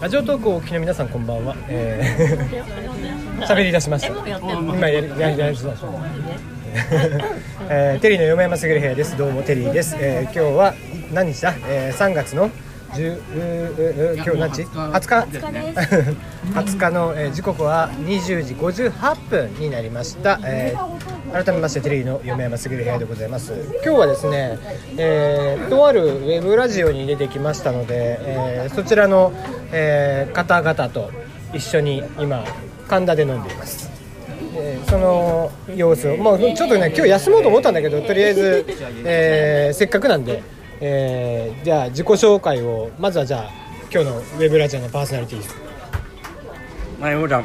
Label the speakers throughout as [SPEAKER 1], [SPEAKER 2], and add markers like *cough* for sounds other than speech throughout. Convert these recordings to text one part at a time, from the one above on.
[SPEAKER 1] ラジオトークをお聞きの皆さんこんばんは。えー *laughs* 喋り出しました。
[SPEAKER 2] やってんの
[SPEAKER 1] 今やりやりやりそうそう。 *laughs* えーテリーの嫁山すぐる部屋です。どうもテリーです。えー今日は何日だ？えー3月の10えー今日何日？20日。20日 *laughs* の、えー時刻は20時58分になりました、えー改めましてテレビの嫁山すぐる部屋でございます今日はですね、えーとあるウェブラジオに出てきましたので、えーそちらの、えー方々と一緒に今神田で飲んでいますえーその様子を、まあ、ちょっとね今日休もうと思ったんだけどとりあえず、えーせっかくなんで、えーじゃあ自己紹介をまずはじゃあ今日のウェブラジオのパーソナリティ
[SPEAKER 3] まあ、普段、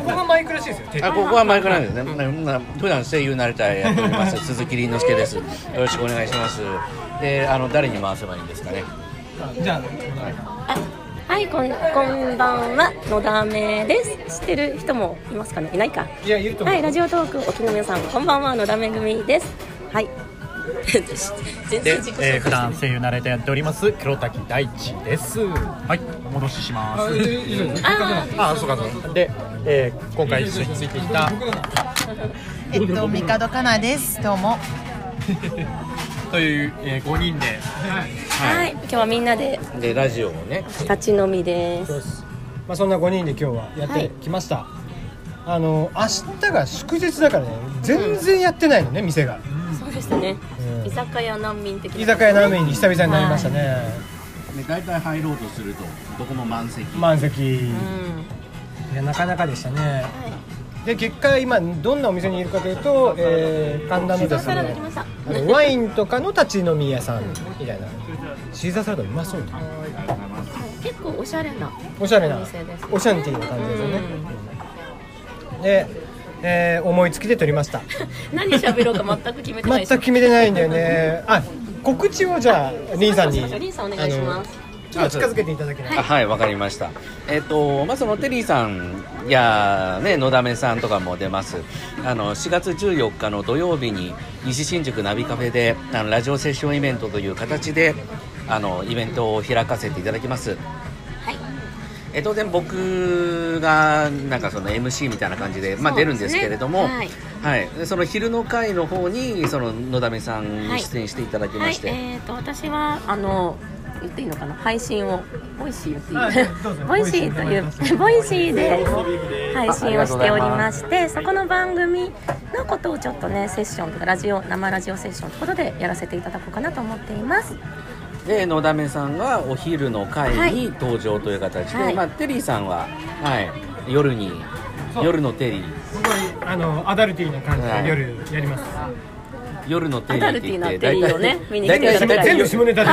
[SPEAKER 1] ここがマイクらしいですよ。
[SPEAKER 3] *laughs* あ、ここはマイクなんですね。まあ普段声優になりたいやっております。鈴木凛之介です。よろしくお願いします。で、あの、誰に回せばいいんですかね。
[SPEAKER 1] じゃ
[SPEAKER 2] はい、こん、こんばんは、のだめです。知ってる人もいますかね、いないか。
[SPEAKER 1] あ、いや、言うと思
[SPEAKER 2] は
[SPEAKER 1] う。
[SPEAKER 2] い、ラジオトーク、お聞きの皆さん、こんばんは、のだめ組です。はい。全然自己紹介
[SPEAKER 4] えー普段声優慣れてやっております黒滝大地ですはいお戻ししま
[SPEAKER 1] あ
[SPEAKER 4] す
[SPEAKER 1] 以上です
[SPEAKER 2] あ
[SPEAKER 4] あそうかそうかで、えー今回一緒についてきた
[SPEAKER 5] えっと、ミカドカナです。どうも。
[SPEAKER 4] *laughs* という、え5人で
[SPEAKER 2] ー、はい、今日はみんなで、
[SPEAKER 3] で、ラジオもね。
[SPEAKER 2] 立ち飲みです。
[SPEAKER 1] まあ、そんな5人で今日はやってきました。あの、明日が祝日だからね、全然やってないのね、店が。
[SPEAKER 2] そうでしたね
[SPEAKER 1] う。ん
[SPEAKER 2] 居酒屋難民的な。
[SPEAKER 1] 居酒屋ラーメンに久々になりましたね。
[SPEAKER 6] で大体入ろうとするとどこも満席
[SPEAKER 1] 満席。
[SPEAKER 2] うん。
[SPEAKER 1] いや、なかなかでしたね。で、結果、今、どんなお店にいるかというと、えー、神田の
[SPEAKER 2] ど
[SPEAKER 1] で
[SPEAKER 2] う
[SPEAKER 1] す
[SPEAKER 2] からでき
[SPEAKER 1] ね
[SPEAKER 2] ま。した。
[SPEAKER 1] ワインとかの立ち飲み屋さんみたいな。シーザーサラダうまそうだ。
[SPEAKER 2] 結構おしゃれな。
[SPEAKER 1] おしゃれな
[SPEAKER 2] お店です
[SPEAKER 1] オシャンティーな感じですよね、で、えー思いつきで撮りました
[SPEAKER 2] *laughs* 何喋ろうか全く決めて
[SPEAKER 1] 全
[SPEAKER 2] ないで
[SPEAKER 1] く
[SPEAKER 2] す。
[SPEAKER 1] 決めてないんだよ
[SPEAKER 2] *laughs*
[SPEAKER 1] ねあ告知をじゃあリンさんに
[SPEAKER 2] リンさんお願いします。
[SPEAKER 1] あのちょっと近づけていただけない
[SPEAKER 3] あはいわかりましたえっ、とまあそのテリーさんやねのだめさんとかも出ますあの4月14日の土曜日に西新宿ナビカフェであのラジオセッションイベントという形であのイベントを開かせていただきます
[SPEAKER 2] はい。
[SPEAKER 3] えー当然僕がなんかその MC みたいな感じで、まあ、
[SPEAKER 2] そう
[SPEAKER 3] 出
[SPEAKER 2] で
[SPEAKER 3] る
[SPEAKER 2] すね
[SPEAKER 3] んですけれども、
[SPEAKER 2] はい
[SPEAKER 3] はいでその昼の会の方にそののだめさん
[SPEAKER 2] は
[SPEAKER 3] に
[SPEAKER 2] い
[SPEAKER 3] 出演していただき
[SPEAKER 2] は
[SPEAKER 3] ま
[SPEAKER 2] い
[SPEAKER 3] し、て、
[SPEAKER 2] えっ、と私はあの言っていいのかな配信をボイシー言っていい
[SPEAKER 1] あどう
[SPEAKER 2] *laughs*
[SPEAKER 1] ぞ
[SPEAKER 2] ボイシーという *laughs* ボイシーで配信をしておりましてそこの番組のことをちょっとねセッションとかラジオ生ラジオセッションということでやらせていただこうかなと思っています
[SPEAKER 3] でのだめさんがお昼の会に登場という形で、
[SPEAKER 2] はい
[SPEAKER 3] まあ、テリーさんは、はい、夜に夜のテリー
[SPEAKER 1] すごいあのアダルティーな感じ
[SPEAKER 3] はい
[SPEAKER 1] で夜やります
[SPEAKER 3] 夜のテリーって言って
[SPEAKER 2] アダルティーなテリーをね見に来ていただきたい
[SPEAKER 1] 全部下ネタ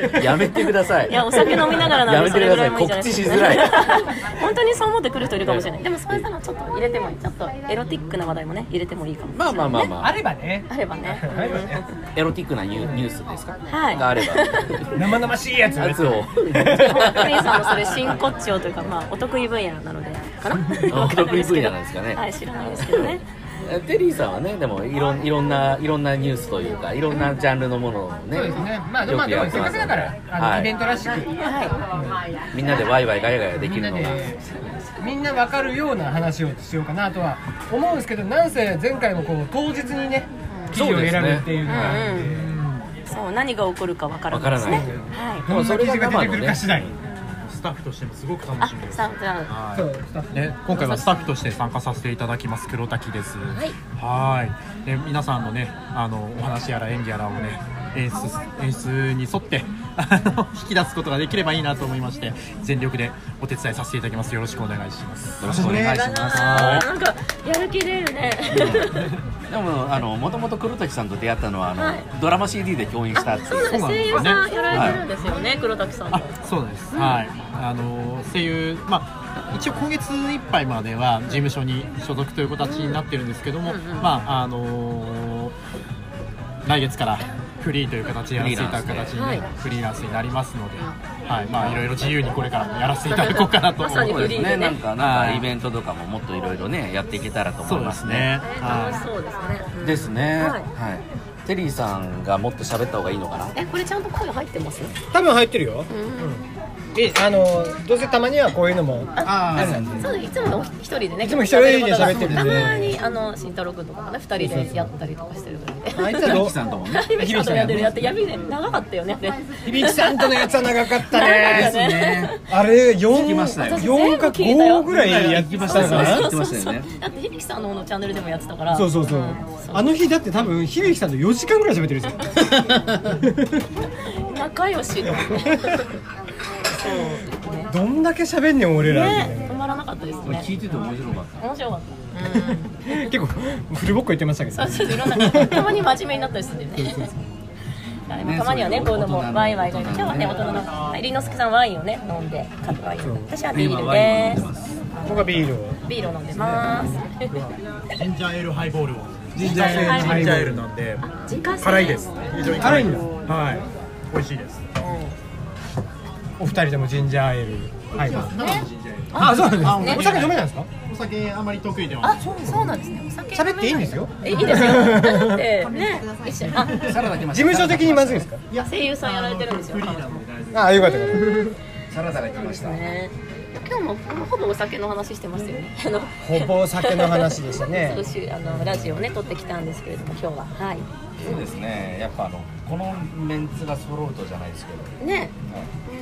[SPEAKER 1] で
[SPEAKER 2] *laughs*
[SPEAKER 3] タやめてください
[SPEAKER 2] いやお酒飲みながらなんでそれぐらいもいいじゃないですか、
[SPEAKER 3] やめてください
[SPEAKER 2] *laughs* 本当にそう思ってくる人いるかもしれないでもそういうのちょっと入れてもいいちょっとエロティックな話題もね入れてもいいかも
[SPEAKER 3] まあまあまあま
[SPEAKER 1] あ
[SPEAKER 3] あ
[SPEAKER 1] ればね
[SPEAKER 2] あればね
[SPEAKER 1] あればね
[SPEAKER 3] エロティックなニュニュースですか、
[SPEAKER 2] はい
[SPEAKER 3] があれば
[SPEAKER 1] 生々しいやつ
[SPEAKER 3] やつを
[SPEAKER 2] クリンさんもそれ真骨頂というか、まあ、お得意分野なのでか
[SPEAKER 3] *laughs*
[SPEAKER 2] な
[SPEAKER 3] お得意分野なんですかね
[SPEAKER 2] はい知らないですけどね
[SPEAKER 3] え *laughs* テリーさんはねでもいろんいろんないろんなニュースというかいろんなジャンルのものをねよくやってますのではい
[SPEAKER 1] トらしく
[SPEAKER 2] は
[SPEAKER 3] みんなでワイワイガヤガヤできるのが
[SPEAKER 1] みんな分かるような話をしようかなとは思うんですけどなんせ前回もこう当日にね記事を選ぶっていうのがあって
[SPEAKER 2] そうですねいそう何が起こるかわから
[SPEAKER 3] わ
[SPEAKER 2] な
[SPEAKER 3] か
[SPEAKER 2] いで
[SPEAKER 3] らない
[SPEAKER 2] すね
[SPEAKER 1] ど
[SPEAKER 2] は
[SPEAKER 1] んな記事が出てくるか次第、
[SPEAKER 4] スタッフとしてもすごく楽
[SPEAKER 2] い
[SPEAKER 4] しみ
[SPEAKER 2] あ
[SPEAKER 4] です
[SPEAKER 2] さあじゃ
[SPEAKER 4] は
[SPEAKER 1] そうスタッフ
[SPEAKER 4] いね、今回はスタッフとして参加させていただきます黒滝です
[SPEAKER 2] はい
[SPEAKER 4] はいで皆さんのねあのお話やら演技やらをね演出演出に沿ってあの引き出すことができればいいなと思いまして全力でお手伝いさせていただきますよろしくお願いしますよろしくお願いし
[SPEAKER 2] ああーなんかやる気出るね
[SPEAKER 3] でもあのもともと黒滝さんと出会ったのはあの、
[SPEAKER 2] はい
[SPEAKER 3] ドラマ CD で共演したって
[SPEAKER 2] そう
[SPEAKER 3] いう
[SPEAKER 2] なんです声優さん
[SPEAKER 4] そうなんですね
[SPEAKER 2] やられてるんですよね黒滝さん
[SPEAKER 4] あ
[SPEAKER 2] も
[SPEAKER 4] そうなんです、はいあの声優まあ一応今月いっぱいまでは事務所に所属という形になってるんですけども、
[SPEAKER 2] うんうん
[SPEAKER 4] まああの来月からフリーという形でやらせていただく形に、ね
[SPEAKER 2] はい
[SPEAKER 4] フリーランスになりますので、はいまあいろいろ自由にこれからもやらせていただこうかなと思
[SPEAKER 2] まさに
[SPEAKER 3] *laughs*
[SPEAKER 4] う
[SPEAKER 3] そ
[SPEAKER 4] の
[SPEAKER 3] う
[SPEAKER 4] で
[SPEAKER 3] ですす
[SPEAKER 2] フ
[SPEAKER 3] ね
[SPEAKER 2] リーでね
[SPEAKER 3] なんかなん
[SPEAKER 4] は
[SPEAKER 3] か
[SPEAKER 4] い
[SPEAKER 3] イベントとかももっといろいろねやっていけたらと
[SPEAKER 4] そ
[SPEAKER 3] 思いう
[SPEAKER 4] で
[SPEAKER 3] ますす
[SPEAKER 4] ね
[SPEAKER 3] ね。
[SPEAKER 2] えー楽し
[SPEAKER 4] は
[SPEAKER 2] そうですね
[SPEAKER 3] ですね、
[SPEAKER 2] は
[SPEAKER 3] はいい、テリーさんがもっと喋った方がいいのかな
[SPEAKER 2] えこれちゃんと声入ってます
[SPEAKER 1] 多分入ってるよ
[SPEAKER 2] うん
[SPEAKER 1] えあのどうせたまにはこういうのも
[SPEAKER 3] あー
[SPEAKER 2] そうですいつものお一人でね
[SPEAKER 1] いつも一人で喋ってるんで
[SPEAKER 2] たまにあの慎太郎君とかもね二人でやったりとかしてるぐらいで
[SPEAKER 3] あいつはロッキーさんともね
[SPEAKER 2] ひびきさんとやってるやって闇で長かったよねあれ
[SPEAKER 1] 響さんとのやつは長かった
[SPEAKER 2] 長い
[SPEAKER 1] ね
[SPEAKER 2] よね
[SPEAKER 1] あれ
[SPEAKER 3] 聞きましたよ
[SPEAKER 1] 4四か5ぐらいやってましたから
[SPEAKER 3] 聞
[SPEAKER 1] ね
[SPEAKER 3] きましたよね
[SPEAKER 2] だってひびきさんの方のチャンネルでもやってたから
[SPEAKER 1] そうそうそうあの日だって多分響さんと4時間ぐらい喋ってるんです
[SPEAKER 3] *laughs*
[SPEAKER 1] よ
[SPEAKER 2] 仲良しの
[SPEAKER 1] どんだけ喋んねん俺らみたいな
[SPEAKER 2] ね止まらなかったですね
[SPEAKER 3] 聞いてて面白かっ
[SPEAKER 2] 面白かった
[SPEAKER 1] 結構フルボッコ言ってましたけど
[SPEAKER 2] そうそういろんなたまに真面目になったりするんだよね。だからたまにはね、
[SPEAKER 3] ね
[SPEAKER 2] こういうのも
[SPEAKER 3] そういう
[SPEAKER 2] ワイワイが
[SPEAKER 3] 大人の
[SPEAKER 2] 今日はね、大人の、はい、りのすけさんワインをね、飲んで、カップワインを。私は
[SPEAKER 3] た。
[SPEAKER 2] ビー
[SPEAKER 3] 今
[SPEAKER 2] ル
[SPEAKER 3] ワイン飲ん
[SPEAKER 2] で
[SPEAKER 3] でます。
[SPEAKER 1] 僕はビールを
[SPEAKER 2] す。ビールを飲んでます。
[SPEAKER 4] ジンジャーエールハイボールを
[SPEAKER 1] ジンジャーエールハイボール
[SPEAKER 4] ジンジャーエールなんで
[SPEAKER 2] 自家製
[SPEAKER 4] 辛いです非常に
[SPEAKER 1] 辛いんだ
[SPEAKER 4] はい美味しいです
[SPEAKER 1] お二人ともジンジャーエールはい
[SPEAKER 4] ジンジャーエール
[SPEAKER 1] あそうなんです
[SPEAKER 2] ね
[SPEAKER 1] ねお酒飲めないんですか
[SPEAKER 4] お酒あまり得意では
[SPEAKER 2] あ、そう、そうなんですね。お酒飲め
[SPEAKER 1] 喋っていいんですよ
[SPEAKER 2] え、いいですよ。だってね、一緒に、あ、
[SPEAKER 3] サラダ来まし
[SPEAKER 1] 事務所的にまずいんですか
[SPEAKER 2] 声優さんやられてるんですよ。彼女
[SPEAKER 1] ああよかったよかった
[SPEAKER 3] た。サラダが来ました。
[SPEAKER 2] ね。今日もほぼお酒の話してますよね。あの
[SPEAKER 1] ほぼお酒の話でしたね
[SPEAKER 2] *laughs* 少しあのラジオをね撮ってきたんですけれども今日ははい
[SPEAKER 3] そうですね。やっぱあのこのメンツが揃うとじゃないですけど。
[SPEAKER 2] ね、
[SPEAKER 3] はい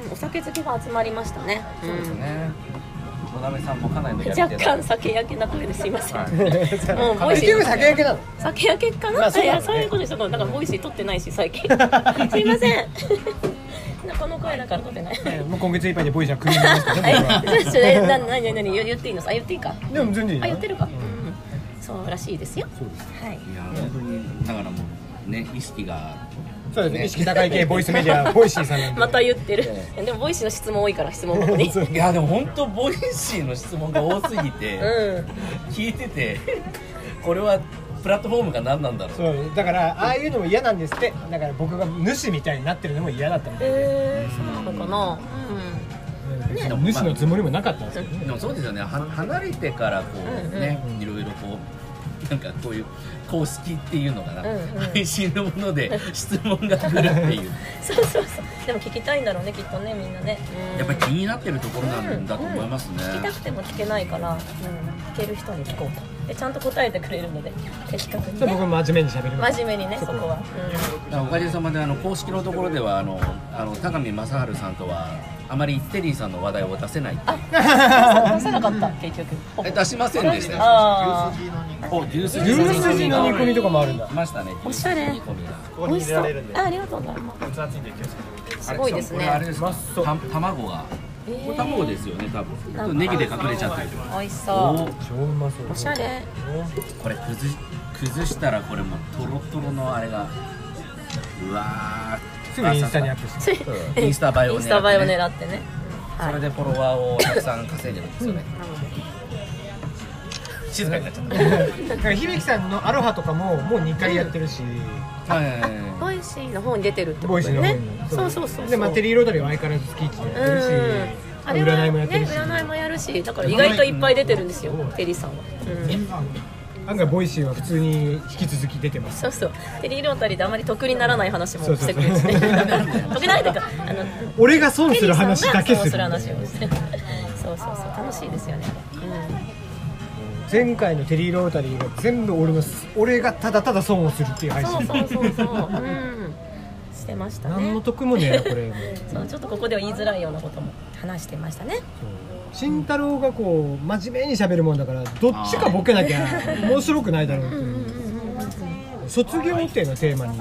[SPEAKER 2] うん、お酒好きが集まりましたね。
[SPEAKER 3] そうですね。おなめさんもかなりのやり手だ
[SPEAKER 2] 若干酒焼けな声ですいません。
[SPEAKER 3] はい
[SPEAKER 2] もうボイ
[SPEAKER 1] 結
[SPEAKER 2] シ
[SPEAKER 1] 局
[SPEAKER 2] ー
[SPEAKER 1] 酒焼けなの
[SPEAKER 2] 酒焼けかな、
[SPEAKER 1] まあそう
[SPEAKER 2] い
[SPEAKER 1] だね
[SPEAKER 2] やそういうことですだからボイシー取ってないし最近すいません *laughs* この声だから取ってない
[SPEAKER 1] ええもう今月いっぱいでボイジャークビになりますからね僕は
[SPEAKER 2] えちょっとえな何何何言言っていいのあ言っていいか
[SPEAKER 1] でも全然いい
[SPEAKER 2] あ言
[SPEAKER 1] よ
[SPEAKER 2] ってるか、うんそうらしいですよはい
[SPEAKER 3] いや本当にだからもうね意識が
[SPEAKER 1] そうですね意識高い系ボイスメディアボイシーさんなんで
[SPEAKER 2] また言ってる、でもボイシーの質問多いから質問箱に
[SPEAKER 3] いやでも本当ボイシーの質問が多すぎて
[SPEAKER 2] うん
[SPEAKER 3] 聞いててこれはプラットフォームが何なんだろう。
[SPEAKER 1] そうだからああいうのも嫌なんですってだから僕が主みたいになってるのも嫌だったみたい
[SPEAKER 2] えー、そうなのかなうん
[SPEAKER 1] な主のつもりもなかったんですよね
[SPEAKER 3] でもそうですよねは離れてからこうねいろいろこうなんかこういう公式っていうのかな、
[SPEAKER 2] うんうん
[SPEAKER 3] 配信のもので質問が来るっていう
[SPEAKER 2] そうそうそうでも聞きたいんだろうねきっとねみんなね、うん
[SPEAKER 3] やっぱり気になってるところなんだと思いますね、
[SPEAKER 2] 聞きたくても聞けないから、うん、聞ける人に聞こうとでちゃんと答えてくれるので的確に
[SPEAKER 1] ちょっと僕
[SPEAKER 2] ね
[SPEAKER 1] 真面目に喋ります
[SPEAKER 2] 真面目にねそこは、
[SPEAKER 3] おかげさまであの公式のところではあのあの高見正治さんとはあまりテリーさんの話題を出せないっていう
[SPEAKER 2] うん、出さなかった結局
[SPEAKER 3] え出しませんでしたよ
[SPEAKER 2] ああ
[SPEAKER 3] お牛す
[SPEAKER 1] 牛すじの煮込みとかもあるんだ
[SPEAKER 3] ありましたね
[SPEAKER 2] おしゃれ
[SPEAKER 3] 牛すじの煮込みが
[SPEAKER 4] ここ
[SPEAKER 2] 美
[SPEAKER 4] に
[SPEAKER 2] 味
[SPEAKER 4] 入
[SPEAKER 2] し
[SPEAKER 4] れ
[SPEAKER 2] そ
[SPEAKER 4] ら
[SPEAKER 2] う
[SPEAKER 4] れるんで
[SPEAKER 2] あありがとうございま
[SPEAKER 4] 熱々にできる
[SPEAKER 2] すすごいです
[SPEAKER 3] これあれ
[SPEAKER 2] ね
[SPEAKER 3] ですかた卵がこ
[SPEAKER 2] え
[SPEAKER 3] れ
[SPEAKER 2] ー
[SPEAKER 3] 卵ですよね多分ちょっとネギで隠れちゃってる
[SPEAKER 2] 美味し
[SPEAKER 3] お
[SPEAKER 2] そう
[SPEAKER 1] 超うまそう
[SPEAKER 2] おしゃれ
[SPEAKER 3] これ崩し崩したらこれもうトロトロのあれがうわー
[SPEAKER 1] すぐインスタにアップして
[SPEAKER 2] それ
[SPEAKER 3] うんインスタ映えを狙ってね
[SPEAKER 2] インスタ映えを狙ってね
[SPEAKER 3] それでフォロワーをたくさん稼いでるんですよね静かになっちゃっ
[SPEAKER 1] だから響さんのアロハとかももう2回やってるし、
[SPEAKER 3] たはいはいはいはい
[SPEAKER 2] ボイシーの方に出てるって
[SPEAKER 1] ボ
[SPEAKER 2] こ
[SPEAKER 1] イ
[SPEAKER 2] と
[SPEAKER 1] ス
[SPEAKER 2] だよ
[SPEAKER 1] の方
[SPEAKER 2] ね
[SPEAKER 1] に
[SPEAKER 2] そうそうそうそう
[SPEAKER 1] でまあテリーロードリーは相変わらず月1でやってるし
[SPEAKER 2] うん、
[SPEAKER 1] ま
[SPEAKER 2] あ
[SPEAKER 1] あ
[SPEAKER 2] れは
[SPEAKER 1] 占いもやってる
[SPEAKER 2] ね
[SPEAKER 1] し、
[SPEAKER 2] 占いもやるしだから意外といっぱい出てるんですよテリーさんは、うん、
[SPEAKER 1] 案外ボイシーは普通に引き続き出てます
[SPEAKER 2] そうそうテリーロータリーであまり得にならない話も
[SPEAKER 1] そうそ
[SPEAKER 2] し
[SPEAKER 1] うそう
[SPEAKER 2] てくれる
[SPEAKER 1] *laughs*
[SPEAKER 2] しね得にならないというかあの
[SPEAKER 1] 俺が損
[SPEAKER 2] テ
[SPEAKER 1] *laughs* す
[SPEAKER 2] リ
[SPEAKER 1] る
[SPEAKER 2] ーさんが
[SPEAKER 1] 話だけ
[SPEAKER 2] そう
[SPEAKER 1] す
[SPEAKER 2] す
[SPEAKER 1] る
[SPEAKER 2] る話をして *laughs* そうそうそう楽しいですよね、
[SPEAKER 1] 前回のテリーロータリーが全部俺の俺がただただ損をするっていう
[SPEAKER 2] う
[SPEAKER 1] 配
[SPEAKER 2] ん、そう
[SPEAKER 1] 信
[SPEAKER 2] そうそうそう、うん、してましたね
[SPEAKER 1] 何の得もねえなこれ
[SPEAKER 2] そうちょっとここでは言いづらいようなことも話してましたね
[SPEAKER 1] 慎太郎がこう真面目に喋るもんだからどっちかボケなきゃ面白くないだろうっていう卒業っていうのをテーマに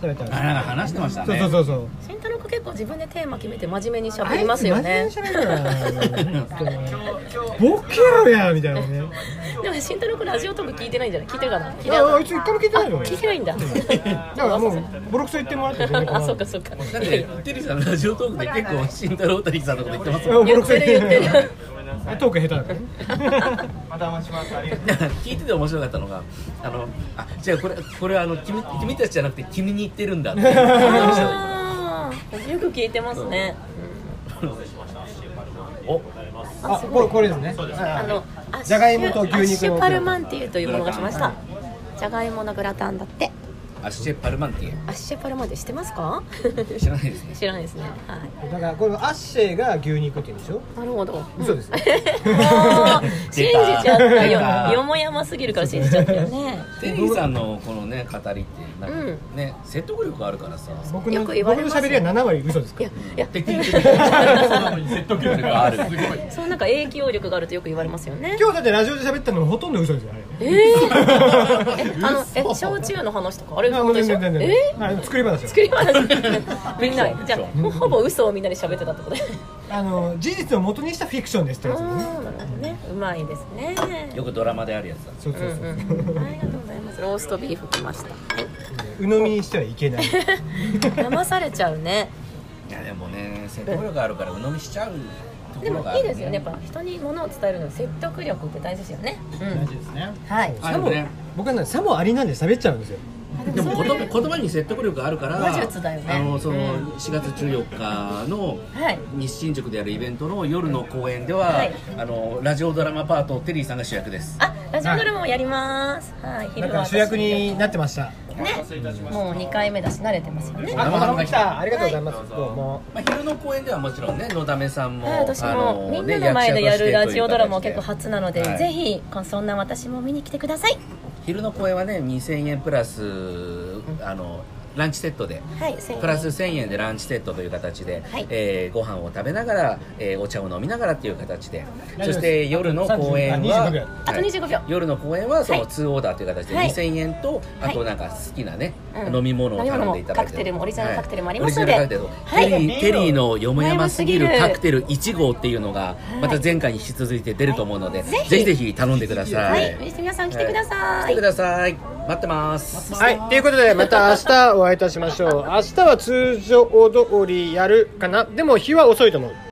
[SPEAKER 1] 喋ったんで
[SPEAKER 3] あ
[SPEAKER 1] す
[SPEAKER 3] なんか話してました
[SPEAKER 1] そう
[SPEAKER 3] ね
[SPEAKER 1] そうそうそう
[SPEAKER 2] 慎太郎君結構自分でテーマ決めて真面目に喋りますよね
[SPEAKER 1] あいつ真面目に喋るからねボケろやみたいなね
[SPEAKER 2] *laughs* でも慎太郎君ラジオトーク聞いてないんじゃない聞いてるかな聞い
[SPEAKER 1] い
[SPEAKER 2] てな
[SPEAKER 1] や
[SPEAKER 2] か
[SPEAKER 1] あいつ一回も聞いてないよ
[SPEAKER 2] 聞いてないんだ
[SPEAKER 1] だからもうボロクソ言ってもらって全然構わ
[SPEAKER 2] あ
[SPEAKER 1] ない
[SPEAKER 2] そうかそうか
[SPEAKER 3] だってテリーさんのラジオトークで結構慎太郎テリーさんのこと言ってますも
[SPEAKER 1] ボ
[SPEAKER 3] ん
[SPEAKER 2] 言
[SPEAKER 1] ロ
[SPEAKER 2] っ
[SPEAKER 1] クソ
[SPEAKER 2] て
[SPEAKER 1] 言
[SPEAKER 2] る
[SPEAKER 1] っ
[SPEAKER 2] 言ってて
[SPEAKER 1] る
[SPEAKER 2] る
[SPEAKER 1] トーク下手だからね
[SPEAKER 4] またお待ちしますありがとう
[SPEAKER 3] 聞いてて面白かったのがあのあじゃあこれこれはあの君君たちじゃなくて君に言ってるん
[SPEAKER 1] *laughs*
[SPEAKER 3] だって
[SPEAKER 2] あーよく聞いてますね
[SPEAKER 3] お
[SPEAKER 1] あこれこれですね
[SPEAKER 2] あのあ
[SPEAKER 1] じゃがいもと牛肉の
[SPEAKER 2] アッシュパルマンティーというものがしましたじゃがいものグラタンだって
[SPEAKER 3] アッシェ・パルマンティ
[SPEAKER 2] アッシェパルマンテ知ってます
[SPEAKER 1] *laughs*
[SPEAKER 2] か
[SPEAKER 3] エ知らないですね
[SPEAKER 2] 知らないですねはい
[SPEAKER 1] だからこのアッシェが牛肉って言うんでしょ
[SPEAKER 2] なるほど
[SPEAKER 1] 嘘ですよ
[SPEAKER 2] あー信じちゃった
[SPEAKER 3] 出た
[SPEAKER 2] よよもやますぎるから信じちゃったよね
[SPEAKER 3] テリーさんのこのね語りってなん
[SPEAKER 2] うん
[SPEAKER 3] かね説得力があるからさ
[SPEAKER 1] 僕
[SPEAKER 2] よ
[SPEAKER 1] の
[SPEAKER 2] く
[SPEAKER 1] 僕
[SPEAKER 2] 言われ
[SPEAKER 1] の
[SPEAKER 2] ます
[SPEAKER 1] 喋りは7割嘘です
[SPEAKER 2] い
[SPEAKER 1] か
[SPEAKER 2] やいや
[SPEAKER 3] *laughs*
[SPEAKER 4] 説得力があるすごい
[SPEAKER 2] そうなんか影響力があるとよく言われますよ
[SPEAKER 1] *laughs*
[SPEAKER 2] ね
[SPEAKER 1] 今日だってラジオで喋ったのもほとんど嘘ですよあれ
[SPEAKER 2] え
[SPEAKER 1] *laughs*
[SPEAKER 2] ーえあのえ焼酎の話とかあれ
[SPEAKER 1] あ
[SPEAKER 2] 本当でしょ
[SPEAKER 1] 全然全然
[SPEAKER 2] えー
[SPEAKER 1] あの作り話です
[SPEAKER 2] 作
[SPEAKER 1] よ
[SPEAKER 2] り話みんなじゃあほぼ嘘をみんなで喋ってたって
[SPEAKER 1] *laughs*
[SPEAKER 2] ことで
[SPEAKER 1] あの事実を元にしたフィクションですって
[SPEAKER 2] あ
[SPEAKER 1] やつね
[SPEAKER 2] あなるほどねうまいですね
[SPEAKER 3] よくドラマであるやつだ
[SPEAKER 1] そうそう
[SPEAKER 2] うん
[SPEAKER 1] そう
[SPEAKER 2] うんありがとうございますローストビーフ来ま
[SPEAKER 1] *laughs*
[SPEAKER 2] した
[SPEAKER 1] 鵜呑みにしてはいけない
[SPEAKER 2] 騙されちゃうね
[SPEAKER 3] いやでもね説得力があるから鵜呑みしちゃうと
[SPEAKER 2] で
[SPEAKER 3] ころ
[SPEAKER 2] も
[SPEAKER 3] があ
[SPEAKER 2] い
[SPEAKER 3] る
[SPEAKER 2] いですよねやっぱ人に物を伝えるのに説得力って大事ですよね
[SPEAKER 4] 大事ですね
[SPEAKER 2] はい
[SPEAKER 3] あでもね
[SPEAKER 1] 僕はねさもありなんで喋っちゃうんですよ
[SPEAKER 3] でも言葉言葉に説得力があるから
[SPEAKER 2] 話術だよね
[SPEAKER 3] あのその4月14日の
[SPEAKER 2] はい
[SPEAKER 3] 西新宿でやるイベントの夜の公演で
[SPEAKER 2] は
[SPEAKER 3] はいあのラジオドラマパートをテリーさんが主役です
[SPEAKER 2] あラジオドラマもやりますはい昼
[SPEAKER 1] だ
[SPEAKER 2] は
[SPEAKER 1] から
[SPEAKER 2] 私
[SPEAKER 1] 主役になってました
[SPEAKER 2] もう2回目だし慣れてますよね
[SPEAKER 3] あ生半可
[SPEAKER 1] 来たありがとうございますどうも
[SPEAKER 3] まあ昼の公演ではもちろんねのだめさんも
[SPEAKER 2] はい、私
[SPEAKER 3] あ
[SPEAKER 2] も
[SPEAKER 3] ね
[SPEAKER 2] みんなの前でやるラジオドラマは
[SPEAKER 3] 役者
[SPEAKER 2] 結
[SPEAKER 3] と
[SPEAKER 2] 構
[SPEAKER 3] してという形で
[SPEAKER 2] 初なので、
[SPEAKER 3] はい
[SPEAKER 2] ぜひそんな私も見に来てください
[SPEAKER 3] 昼の公演はね2000円プラスあのランチセットで
[SPEAKER 2] はい1000円
[SPEAKER 3] プラス1000円でランチセットという形で、
[SPEAKER 2] はい
[SPEAKER 3] えーご飯を食べながら、えーお茶を飲みながらという形で
[SPEAKER 1] 大丈夫
[SPEAKER 3] そ
[SPEAKER 1] です
[SPEAKER 3] して夜の公演
[SPEAKER 1] あ25秒
[SPEAKER 3] は
[SPEAKER 2] あと25秒
[SPEAKER 3] 夜の公演はそ
[SPEAKER 2] は
[SPEAKER 3] の
[SPEAKER 2] い
[SPEAKER 3] 2オーダーという形で
[SPEAKER 2] はい
[SPEAKER 3] 2000円と、
[SPEAKER 2] はい
[SPEAKER 3] あとなんか好きなね、
[SPEAKER 2] うん
[SPEAKER 3] 飲み物を頼んでいただいて
[SPEAKER 2] 飲み物もカクテルもオリジナルカクテルもあります
[SPEAKER 3] は
[SPEAKER 2] の
[SPEAKER 3] い
[SPEAKER 2] で
[SPEAKER 3] オリジナルカク
[SPEAKER 2] はい
[SPEAKER 3] テルテリーテリーのよもやますぎる
[SPEAKER 2] よもやますぎる
[SPEAKER 3] カクテル1号っていうのが
[SPEAKER 2] い
[SPEAKER 3] また前回に引き続いて出ると思うので、
[SPEAKER 2] はい
[SPEAKER 3] ぜひぜひ頼んでくださ、
[SPEAKER 2] はいい、皆さん来てくださ
[SPEAKER 3] 来て
[SPEAKER 2] い、
[SPEAKER 3] ください待ってます
[SPEAKER 1] はいということでまた明日お会いいたしましょう明日は通常通りやるかなでも日は遅いと思う